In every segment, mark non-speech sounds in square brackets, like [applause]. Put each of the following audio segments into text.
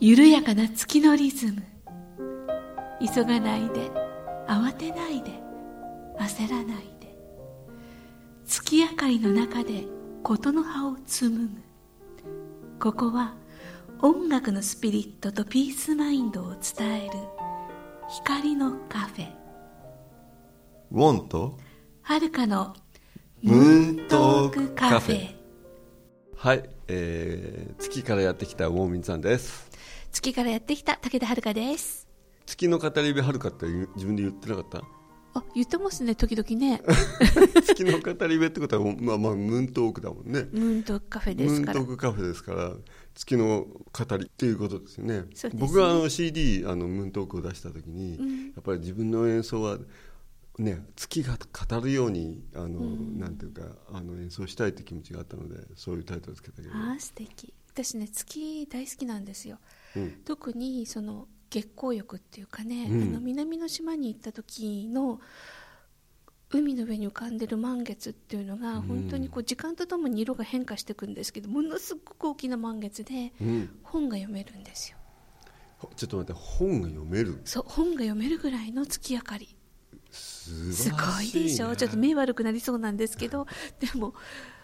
緩やかな月のリズム急がないで慌てないで焦らないで月明かりの中で事の葉を紡ぐここは音楽のスピリットとピースマインドを伝える光のカフェウォンとはるかのムーントートーククカカフフェェはい、えー、月からやってきたウォーミンさんです月からやってきた武田遥です月の語り部はるかって自分で言ってなかったあ言ってますね時々ね月の語り部ってことは、まあまあ、ムーントークだもんね [laughs] ムーントークカフェでムーすンかトらークカフェですから月の語りっていうことですよねそうですね僕があの CD あのムーントークを出した時に、やっぱり自分の演奏は、ね、月が語るようにあの、なんていうかあの演奏したいって気持ちがあったのでそういうタイトルつけたけど、あー素敵私ね月大好きなんですようん特にその月光浴っていうかね、うんあの南の島に行った時の海の上に浮かんでる満月っていうのがん本当にこう時間とともに色が変化していくんですけどものすごく大きな満月でうん、本が読めるんですよちょっと待って本が読めるそう本が読めるぐらいの月明かり素す晴ごらしいい、ね、でしょちょっと目悪くなりそうなんですけどでも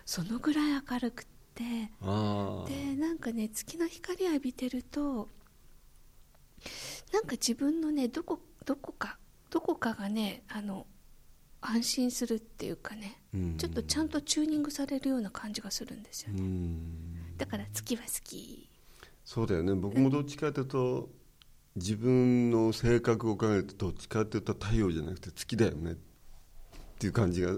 そのぐらい明るくってああでなんかね月の光浴びてるとなんか自分のねどこどこかどこかがねあの安心するっていうかねうんちょっとちゃんとチューニングされるような感じがするんですようねんだから月は好きそうだよね僕もどっちかというと自分の性格を考えるとどっちかというと太陽じゃなくて月だよねっていう感じが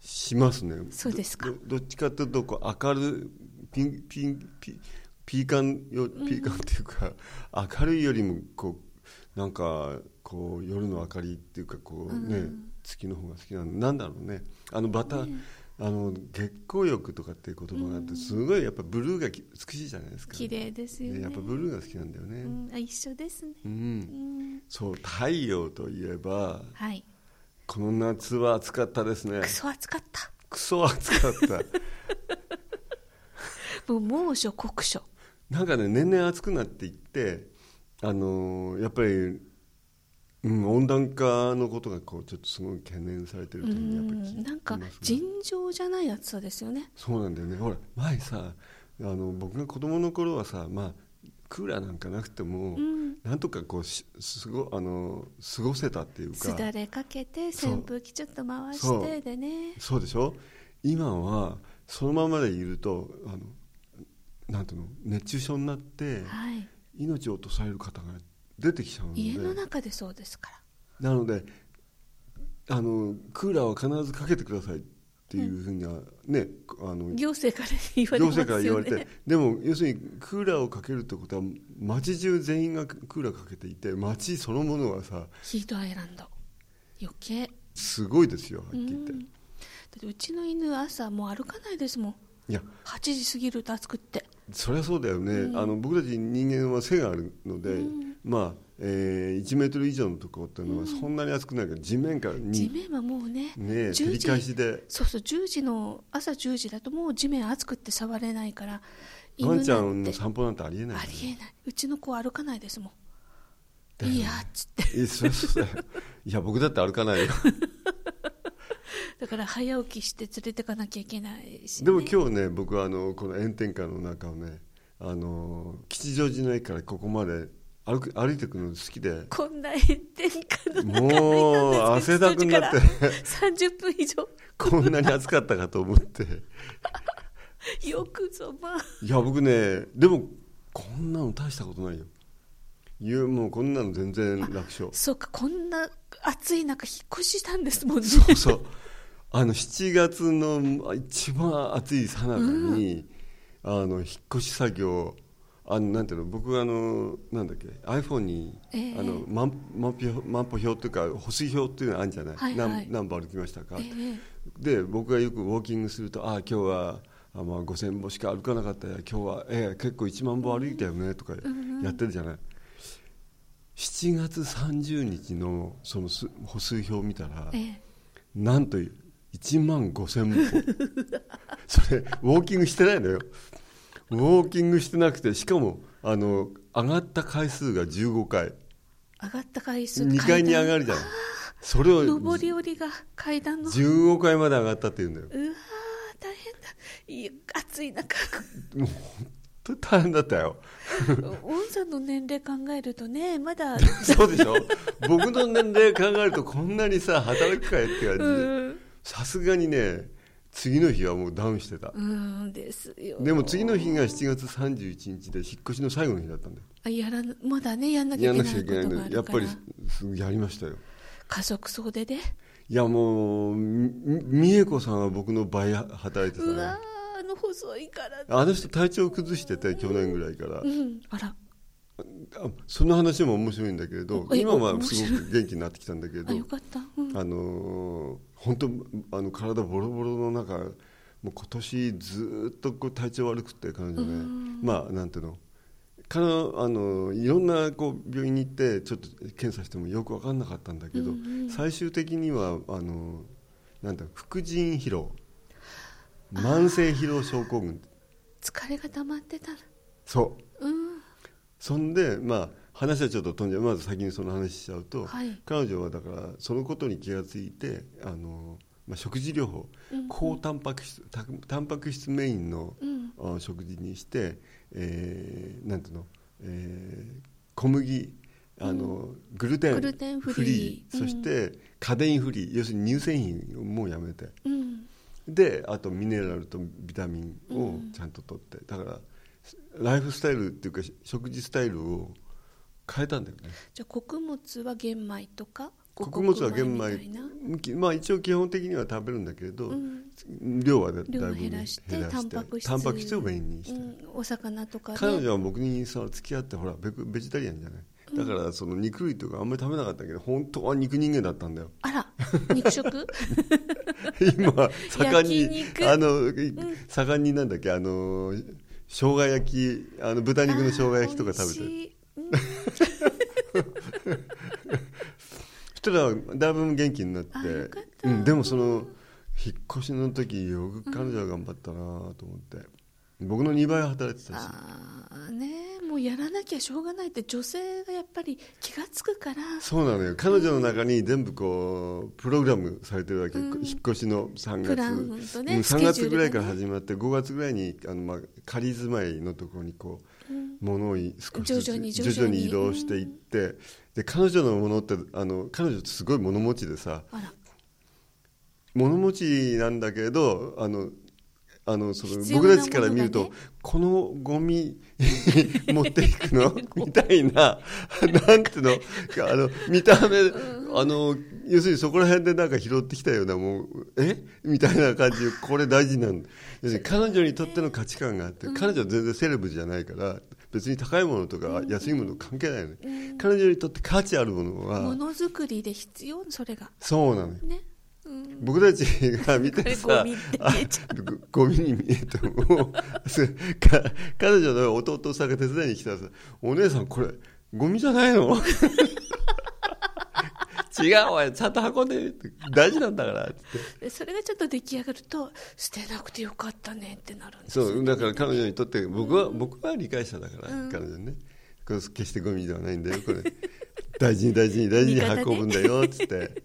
しますねそうですかどどどっちかというとこう明るいピンピンピピーカンよピーカンっていうか、明るいよりもこうなんかこう夜の明かりっていうかこうね、月の方が好きなのなんだろうねあのバター、あの月光浴とかっていう言葉があってすごいやっぱブルーがき美しいじゃないですか綺麗ですよねねやっぱブルーが好きなんだよね、ううんん、あ一緒ですね、うん、そう太陽といえばはいこの夏は暑かったですねクソ暑かったクソ暑かった [laughs] もう猛暑酷暑なんかね年々暑くなっていってあのーやっぱり、うん、温暖化のことがこうちょっとすごい懸念されてるうというふうにやっぱり聞んいてなんかますね尋常じゃない暑さですよねそうなんだよねほら前さあの僕が子供の頃はさまあクーラーなんかなくても、んなんとかこうしすごあの過ごせたっていうかすだれかけてそう扇風機ちょっと回そしてうでねそうでしょ今はそのままでいるとあのなんていうの熱中症になってはい命を落とされる方が出てきちゃうので家の中でそうですからなのであのクーラーは必ずかけてくださいっていうふうには、ねあの行政から言われ行ますよね政から言われてでも要するにクーラーをかけるってことは街中全員がクーラーかけていて街そのものはさヒートアイランド余計すごいですよはっうきり言んっだて。ってうちの犬朝もう歩かないですもんいや8時過ぎると暑くってそりゃそうだよね、あの僕たち人間は背があるので、まあ、えー、1メートル以上のところっていうのはそんなに暑くないから地面から地に、面はもうねねえ照り返しでそうそう10時の朝10時だともう地面暑くって触れないからワンちゃ犬んなのんて散歩なんてありえないよあねりえないうちの子は歩かないですもんだよねいやっつってえそりゃそうだよいや僕だって歩かないよだから早起きして連れてかなきゃいけないし、ね、でも今日ね僕はあのこの炎天下の中をねあの吉祥寺の駅からここまで歩く歩いてくの好きでこんな炎天下の中もう汗だくに [laughs] なって30分以上こんなに暑かったかと思ってよくぞまあいや僕ねでもこんなの大したことないよいやもうこんなの全然楽勝そうかこんな暑い中引っ越ししたんですもんねそうそうあの7月の一番暑いさなかに、あの引っ越し作業あのなんていうの僕あのなんだっけ iPhone に、ええあの万万歩万歩表っていうか歩数表っていうのあるんじゃない、はいはい何何歩歩きましたか、ええで僕がよくウォーキングすると「ああ今日はあ、まあ、5,000歩しか歩かなかったや今日は、ええ結構1万歩歩いたよね」とかやってるじゃない、7月30日のそのす歩数表を見たら、ええなんと1万5,000歩それウォーキングしてないのよウウォーキングしてなくてしかもあの上がった回数が15回上がった回数2階に上がるじゃんそれを上り下りが階段のうわ15回まで上がったって言うんだよー大変だいや暑い [laughs] 中本当に大変だったよウォンさんの年齢考えるとねまだそうでしょ僕の年齢考えるとこんなにさ働くかよって感うじんさすがにね次の日はもうダウンしてたうんですよでも次の日が7月31日で引っ越しの最後の日だったんだよあやらなまだねやんなきゃやいんけなくちゃないけないいことのがあやっるかぱりらすぐやりましたよ家族総出でいやもうみ美恵子さんは僕の倍は働いてたうねわーあの細いからあの人体調崩してて去年ぐらいからうんあらあその話も面白いんだけれどえ今は面す白いごく元気になってきたんだけれあどよかった、うん、あの本当あの体ボロボロの中もう今年ずっとこう体調悪くって彼女ね、まあなんていうの彼女あのいろんなこう病院に行ってちょっと検査してもよく分かんなかったんだけど、うんうん最終的にはあのなんだ副腎疲労慢性疲労症候群疲れが溜まってたらそううんそんでまあ話はちょっと飛んじゃうまず先にその話しちゃうと、はい彼女はだからそのことに気がついてあの、まあ、食事療法、高タンパク質たタンパク質メインの、うんあ食事にして、えーなんていうの、えー小麦あの、グルテングルテンフリーうんそしてカデインフリー、要するに乳製品をもうやめてうんであとミネラルとビタミンをちゃんと取って、だからライフスタイルっていうかし食事スタイルを変えたんだよねじゃあ穀物は玄米とか穀物は玄五穀米みたいなきまあ一応基本的には食べるんだけれど、うん量はだだい量ぶを減らして減らタしンてパク質タンパク質をメインにして、うん、お魚とかね彼女は僕にさ付き合ってほらベクベジタリアンじゃないだからその肉類とかあんまり食べなかったけど本当は肉人間だっ [laughs] たんだよあら肉 [laughs] 食今盛んに焼肉あの、い盛んになんだっけあの生姜焼きあの豚肉の生姜焼きとか食べてあー美る味しいうんそしたらだいぶ元気になってあよかったうん、でもその引っ越しの時よく彼女は頑張ったなと思って、僕の2倍働いてたしあーねもうやらなきゃしょうがないって女性がやっぱり気が付くからそうなのよ彼女の中に全部こうプログラムされてるわけ、うん引っ越しの3プラン月とねうん3スケジュ月ールぐがらねいから始まって5月ぐらいにあの、まあ、仮住まいのところにこう、物をい少しずつ徐々に徐々徐々にに移動していって、で彼女のものってあの彼女ってすごい物持ちでさあら物持ちなんだけどあのあのその必要な僕たちから見るもと、のがこのゴミ [laughs] 持ってい [laughs] くのみたいななんていうのあの見た目、あの要するにそこら辺でなんか拾ってきたようなもうえみたいな感じこれ大事なんだ要するに彼女にとっての価値観があって、彼女は全然セレブじゃないから別に高いものとか安いもの関係ないよね、彼女にとって価値あるものは、ものづくりで必要それがそうなのよね、うん、僕たちが見てこれゴさミってあ見えちゴミに見えてもすか彼女の弟さんが手伝いに来たらさ「お姉さんこれゴミじゃない [laughs] の? 」違うおいちゃんと運んでみて大事なんだからって言ってでそれがちょっと出来上がると捨てなくてよかったねってなるんですそうだから彼女にとって僕は、僕は理解者だから、彼女ねこれ決してゴミではないんだよこれ大事に大事に大事に運ぶんだよっつって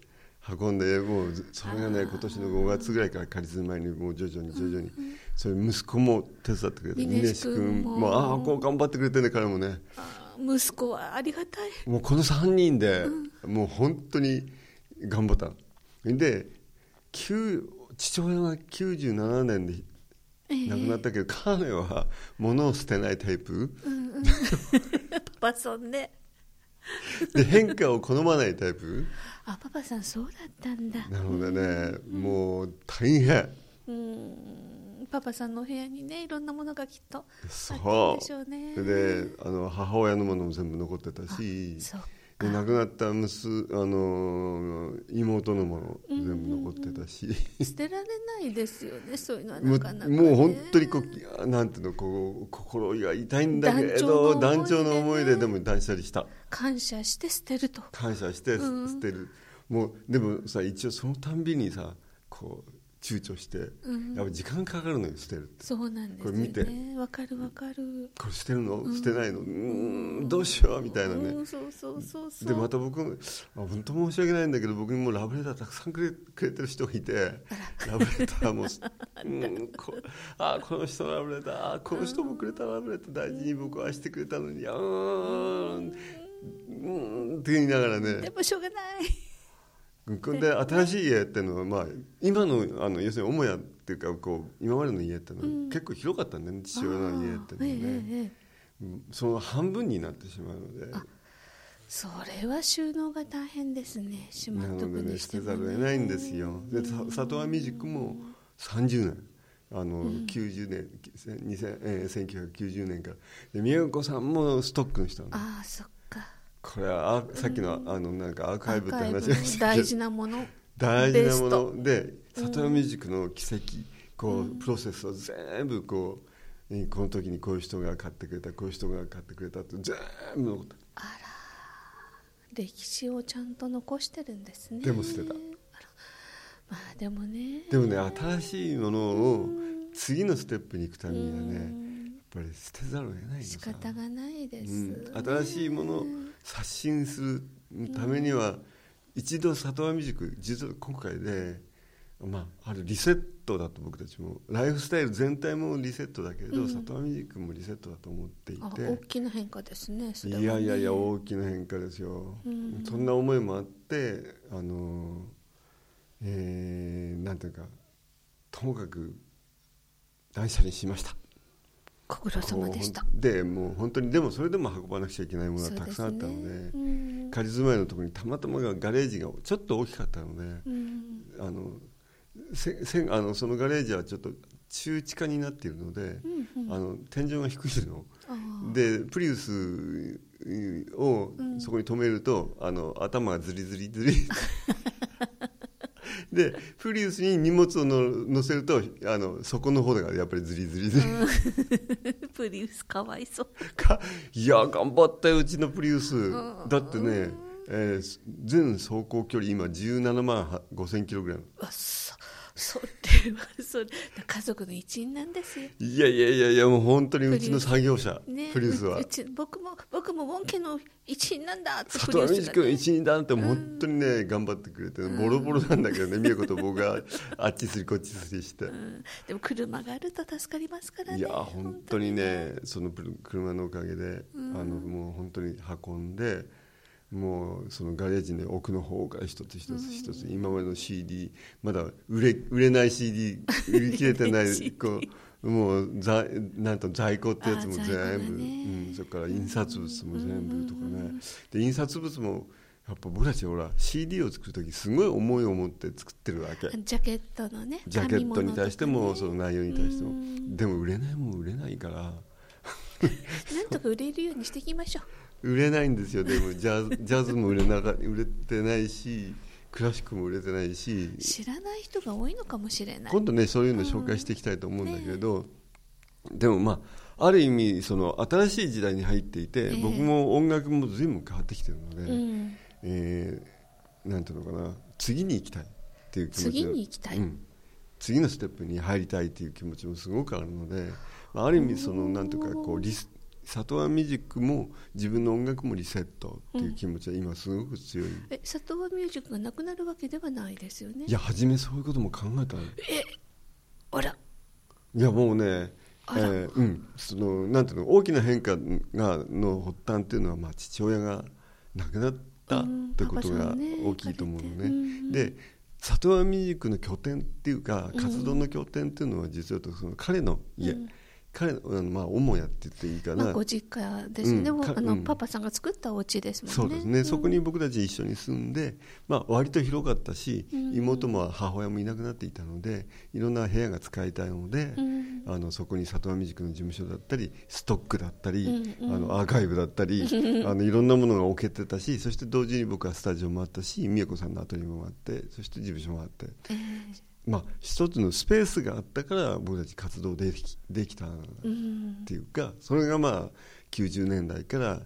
運んでもうそれがね今年の5月ぐらいから仮住まいにもう徐々に徐々に、それ息子も手伝ってくれて峰志峰君ももああこう頑張ってくれてね彼もねあー息子はありがたい [laughs] もうこの3人で、もう本当に頑張ったので旧父親は97年でええ亡くなったけど、彼は物を捨てないタイプパパさんねで変化を好まないタイプあパパさんそうだったんだなのでね、もう大変うんパパさんのお部屋にねいろんなものがきっとあったそんでしょうねうであの母親のものも全部残ってたしそうで亡くなった娘あの妹のもの全部残ってたし、捨てられないですよねそういうのはもなかなか、うね、もう本当にこうなんていうのこう心が痛いんだけど断団腸の長の思思いいでねででも断捨離した。感謝して捨てると感謝してす捨てる、もうでもさ一応そのたんびにさこう躊躇して、うんやっぱ時間かかるのよ捨てるってそうなんですこよれ見てねわかるわかるこれ捨てるの、捨てないのうーんどうしようみたいなね、うんそうそうそうそうでまた僕もあ本当申し訳ないんだけど僕にもラブレターたくさんくれくれてる人がいてラブレターもうんこあこの人のラブレターあこの人もくれたラブレター大事に僕は愛してくれたのにあーんうーんって言いながらでねもしょうがないで新しい家っていうのは、まあ、今のあの要するに母屋っていうかこう今までの家っていうのは結構広かったんだよね、父親の家っていうのはね、ああええええうんその半分になってしまうので。それは収納が大変ですねしまなっのとくでねにししててもざるを得ないんですよでさ里和ミュージックも30年あの、90年2000えー1990年からで美代子さんもストックの人なのああそっかこれはあさっきの,、あのなんかアーカイブって話アがーカイブしのたけ大ど事なもの [laughs] 大事なもベスので里和ミュージックの奇跡こうプロセスを全部こうえーこの時にこういう人が買ってくれたこういう人が買ってくれたって全部のこと歴史をちゃんと残してるんですねでも捨てあたらまあでもねでもね新しいものを次のステップに行くためにはねやっぱり捨てざるを得ないの仕さ、方がないです、うん、新しいものを刷新するためには一度里和未塾実は今回で、まあ、あるリセットだと僕たちもライフスタイル全体もリセットだけれど、里和未塾もリセットだと思っていあて大きな変化ですねそれはいねやいやいや大きな変化ですよ、そんな思いもあってあのえーなんていうかともかく断捨離しましたご苦労様でしたこうほんでもう本当にでもそれでも運ばなくちゃいけないものがそうたくさんあったのでですねうん仮住まいのところにたまたまがガレージがちょっと大きかったので、うんあのせせんあのそのガレージはちょっと中地下になっているので、あの天井が低いのああでプリウスをそこに止めると、あの頭がズリズリ [laughs] ズリでプリウスに荷物をの載せるとあの底の方がやっぱりズリズリズリ、 [laughs] プリウスかわいそうかいや頑張ったようちのプリウス、だってね、えー全走行距離今17万5000キロぐらいなのうわそ [laughs] それはそれ家族の一員なんですよいやいやいやいやもう本当にうちの作業者プリ,、ね、ウスは [laughs] うち僕も僕もウォン家の一員なんだってプ里リ和ウ美ス智が君ね一員だって本当にね、頑張ってくれてボロボロなんだけどね美恵子と僕があっちすりこっちすりして、うんでも車があると助かりますからねいや本当にねそのプル車のおかげで、あのもう本当に運んでもうそのガレージの奥の方が一つ一つ一つ、今までの CD まだ売れ売れない CD 売り切れてな売れない CD いこうもう在なんと在庫ってやつもあ全在部庫、がねうん、それから印刷物も全部とかね、で印刷物もやっぱ僕たちほら CD を作る時すごい思いを持って作ってるわけ。ジャケットのねジャケットに対しても、紙そ物とかの内容に対してもでも売れないもん売れないから [laughs] ねなんとか売れるようにしていきましょ売れないんですよでもジャズジャズも売れなか売れてないしクラシックも売れてないしう知らない人が多いのかもしれない今度ねそういうの紹介していきたいと思うんだけど、でもまあある意味その新しい時代に入っていて、ええ僕も音楽も随分変わってきてるので、うんえーなんていうのかな次に行きたいっていう気持ちが次に行きたいうん次のステップに入りたいっていう気持ちもすごくあるのでまあある意味そのなんていうかこうリス里和ミュージックも自分の音楽もリセットっていう気持ちは今すごく強い、え佐藤ミュージックがなくなるわけではないですよねいや初めそういうことも考えたのあらいやもうね、えあらーうん、そのなんていうの大きな変化がの発端っていうのは、まあ、父親が亡くなったってことうがんパパさんね大きいと思うのね。借りてうんで里和ミュージックの拠点っていうか活動の拠点っていうのは実は言うとその彼の家、彼のあのまあ母屋って言っていいかな、まあ、ご実家ですよね、うんかあのうんパパさんが作ったお家ですもんねそうですね、そこに僕たち一緒に住んで、まあ、割と広かったし、妹も母親もいなくなっていたのでいろんな部屋が使いたいので、うんあのそこに里和ミュージックの事務所だったりストックだったり、うんうんあのアーカイブだったり、あのいろんなものが置けてたしそして同時に僕はスタジオもあったし美恵子さんのアトリエもあってそして事務所もあって。ええまあ、一つのスペースがあったから僕たち活動できできたうんっていうかそれがまあ90年代から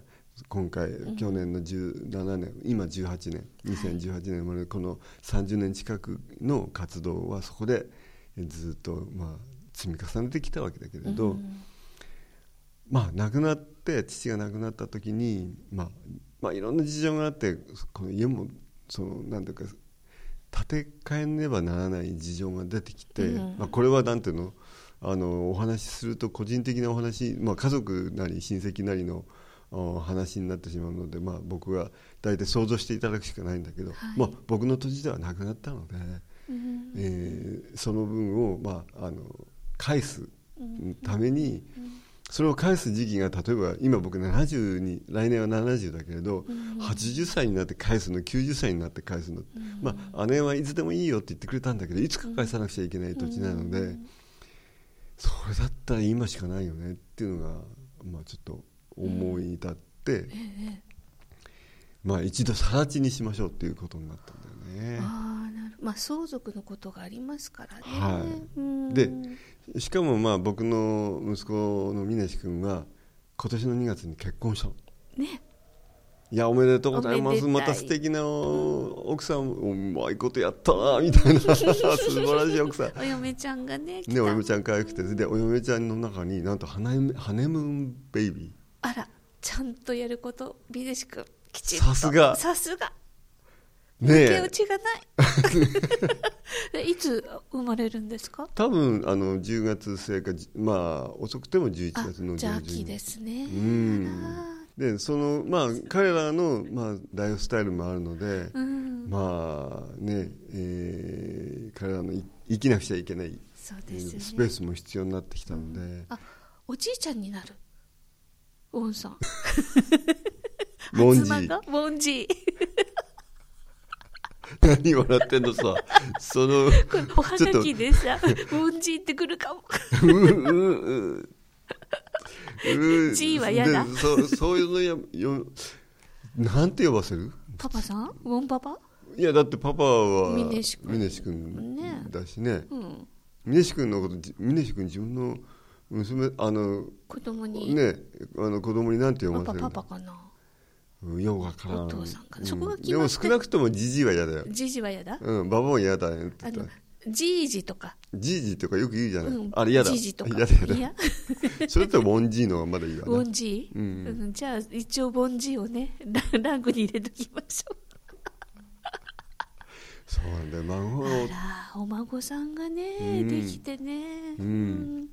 今回、去年の17年今18年2018年生まれのこの30年近くの活動はそこでずっとまあ積み重ねてきたわけだけれど、まあ亡くなって父が亡くなった時に、まあ、まあいろんな事情があってこの家もそのなんていうか建て替えねばならない事情が出てきて、うんまあ、これはなんていうのあのお話しすると個人的なお話、まあ、家族なり親戚なりのお話になってしまうので、まあ、僕が大体想像していただくしかないんだけど、はいまあ、僕の時ではなくなったので、うんえーその分を、まあ、あの返すために、それを返す時期が例えば今僕70に来年は70だけれど、80歳になって返すの90歳になって返すの、まあ姉はいつでもいいよって言ってくれたんだけどいつか返さなくちゃいけない土地なので、それだったら今しかないよねっていうのが、まあ、ちょっと思い至って、まあ一度更地にしましょうっていうことになったんだよね。ああなるまあ相続のことがありますからね、はいうんでしかもまあ僕の息子の峰志君は今年の2月に結婚したのねいやおめでとうございまおめですたいまた素敵な奥さんうまいことやったなみたいな [laughs] 素晴らしい奥さんお嫁ちゃんがね来ねたお嫁ちゃん可愛くてでお嫁ちゃんの中になんとハネハネムーンベイビーあらちゃんとやることビデシ君きちんとさすがさすがね抜けえ落ちが [laughs] ないえいつ生まれるんですか多分あの10月末かじまあ遅くても11あ月のじゃあ上秋旬ですねうんあでそのまあ彼らの、まあ、ライフスタイルもあるので、らうんまあね、えー彼らのい生きなくちゃいけないそうですよねスペースも必要になってきたので、あおじいちゃんになるウォンさんモンジ妻ーがモン [laughs] ジー何笑ってんのさそのおはがきでさモンジーってくるかもううううう G は嫌だでそうそういうのやよなんて呼ばせるパパさんウォンパパいやだってパパは峰志君峰志君ねだしねうん峰志君のことじ峰志君自分の娘あの子供に、ねあの子供になんて呼やばっぱせるパのパかなうんようわからんお父さんかうそこが決でまもって少なくともじじいは嫌だよジジはやだうんババも嫌だよってあ言ったのジージとか、じいじとかよく言うじゃうない、ん、あれ嫌だジジとか嫌だ嫌だいやそれとモンジーの方がまだい [laughs] いわボなンジー、うんうんじゃあ一応ボンジーをねラランクに入れときましょうそうなんだよ孫をあらお孫さんがね、うんできてね、うん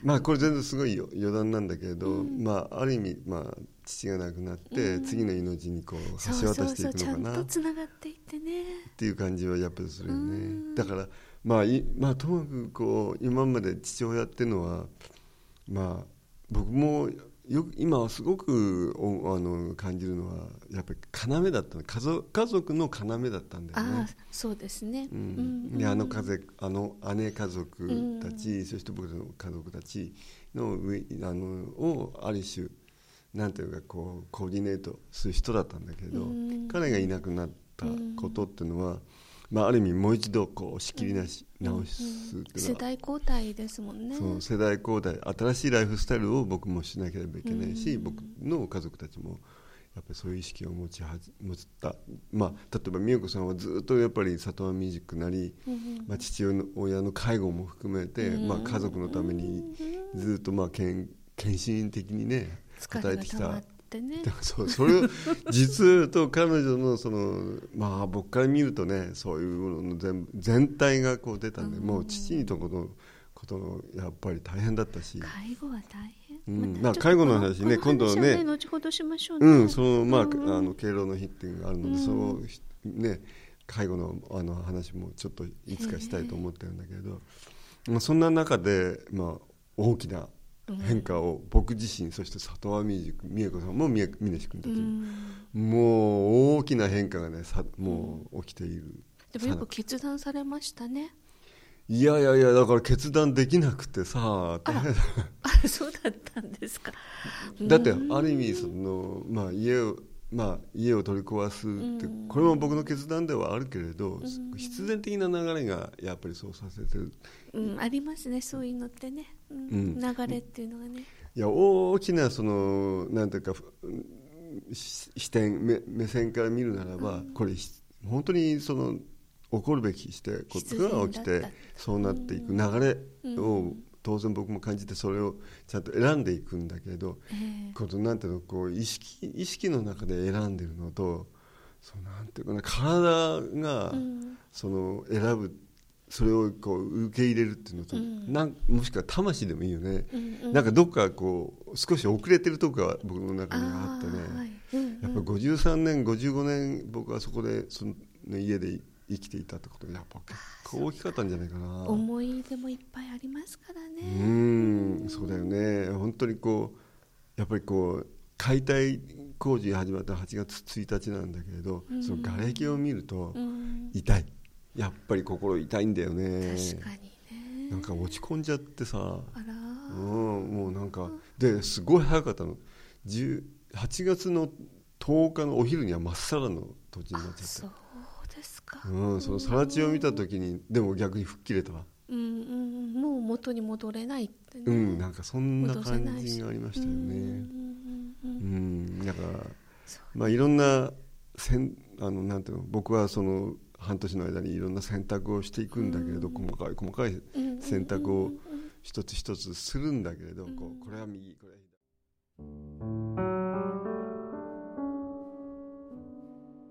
まあこれ全然すごいよ余談なんだけれど、まあある意味まあ父が亡くなって、次の命にこうそうそ橋渡うしてそいうくちゃのんかなとっつながっていってねていう感じはやっぱりするよね、うんだからまあいまあともかくこう今まで父親っていうのはまあ僕もよく今はすごくおあの感じるのはやっぱり要だったの家族家族の要だったんだよあねあ。そうですね、うんであの家族あの姉家族たち、そして僕の家族たちの上あのをある種なんていうかこうコーディネートする人だったんだけど、うん彼がいなくなったことっていうのは、まあ、ある意味もう一度こう仕切りなし、直すっていう世のは、代交代ですもんねそう世代交代新しいライフスタイルを僕もしなければいけないし、僕の家族たちもやっぱりそういう意識を持ちはじ持った、まあ、例えば美代子さんはずっとやっぱり里山ミュージックなり、まあ、父親の介護も含めて、まあ、家族のためにずっとまあ献献身的にね疲働れいがてき溜また [laughs] ってねでもそうそれを実を言うと彼女のそのまあ僕から見るとねそういうものの全部全体がこう出たんで、もう父にとことのことのやっぱり大変だったし、介護は大変、うんたまあちょっと介護の話ねこの今度はね話後ほどしましょうね、うんそのまあ、うんあの敬老の日っていうのがあるので、そのね介護のあの話もちょっといつかしたいと思ってるんだけれど、まあ、そんな中で、まあ、大きな変化を僕自身そして里和ミュージック美恵子さんもみえ峰志君たちも。もう大きな変化がねさもう起きている、でもよく決断されましたね [laughs] いやいやいやだから決断できなくてさ大変だあそうだったんですかだってある意味その、まあ、家をまあ、家を取り壊すってこれも僕の決断ではあるけれど必然的な流れがやっぱりそうさせてるうん、ありますねそういうのってね、うんうん流れっていうのがね、いや大きなそのなんていうかふし視点目目線から見るならば、これひ本当にその起こるべきしてことが起き必然てだったそうなっていく流れを当然僕も感じてそれをちゃんと選んでいくんだけれど、このなんていうのこう意識意識の中で選んでるのとそうなんていうかな体がその選ぶそれをこう受け入れるっていうのと、なんもしくは魂でもいいよね、なんかどっかこう少し遅れてるとこが僕の中にあってね。はいうんやっぱ53年55年僕はそこでその家で生きていたってことがやっぱ結構大きかったんじゃないかなう思い出もいっぱいありますからね、んそうだよね本当にこうやっぱりこう解体工事が始まったの8月1日なんだけれど、その瓦礫を見るとうん痛いやっぱり心痛いんだよね確かにねなんか落ち込んじゃってさあらうんーもうなんかですごい早かったの10 8月の10日のお昼にはまっさらの土地になっちゃってそうですか、うん、そのさら地を見た時にでも逆に吹っ切れたわ、うんうん、もう元に戻れないってねうん、なんかそんな戻せ感ないしじがありましたようんね。うんうんうん、だからそうまあいろんなせんあのなんていうの僕はその半年の間にいろんな選択をしていくんだけれど、細かい細かいうんうんうん選択を一つ一つするんだけれど、こうこれは右これは左。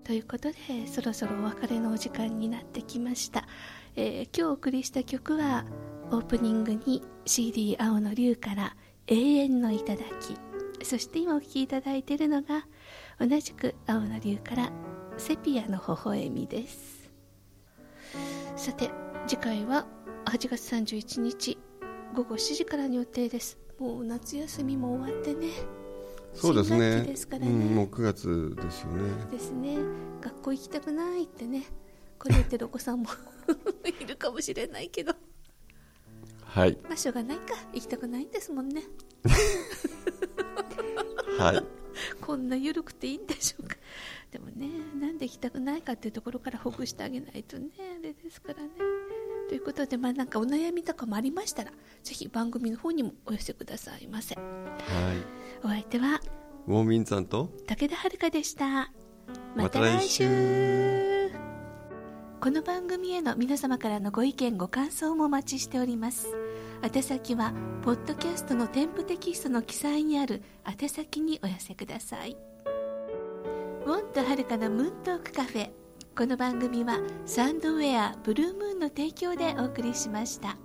ということでそろそろお別れのお時間になってきました、えー今日お送りした曲はオープニングに CD 青の龍から「永遠の頂き」そして今お聴きいただいているのが同じく青の龍から「セピアの微笑み」ですさて次回は8月31日午後7時からの予定ですもう夏休みも終わってねそうです新ね学期ですからうね、ん、もう9月ですよね。ですね学校行きたくないってねこれ言ってるお子さんも [laughs] いるかもしれないけどはいまあしょうがないか行きたくないんですもんねはいこんな緩くていいんでしょうかでもねなんで行きたくないかっていうところからほぐしてあげないとねあれですからねということでまあなんかお悩みとかもありましたらぜひ番組の方にもお寄せくださいませはい。お相手はウォーミンさんと武田遥でしたままたた来来週週この番組への皆様からのご意見ご感想もお待ちしております宛先はポッドキャストの添付テキストの記載にある宛先にお寄せくださいウォンとはるかのムーントークカフェこの番組はサンドウェアブルームーンの提供でお送りしました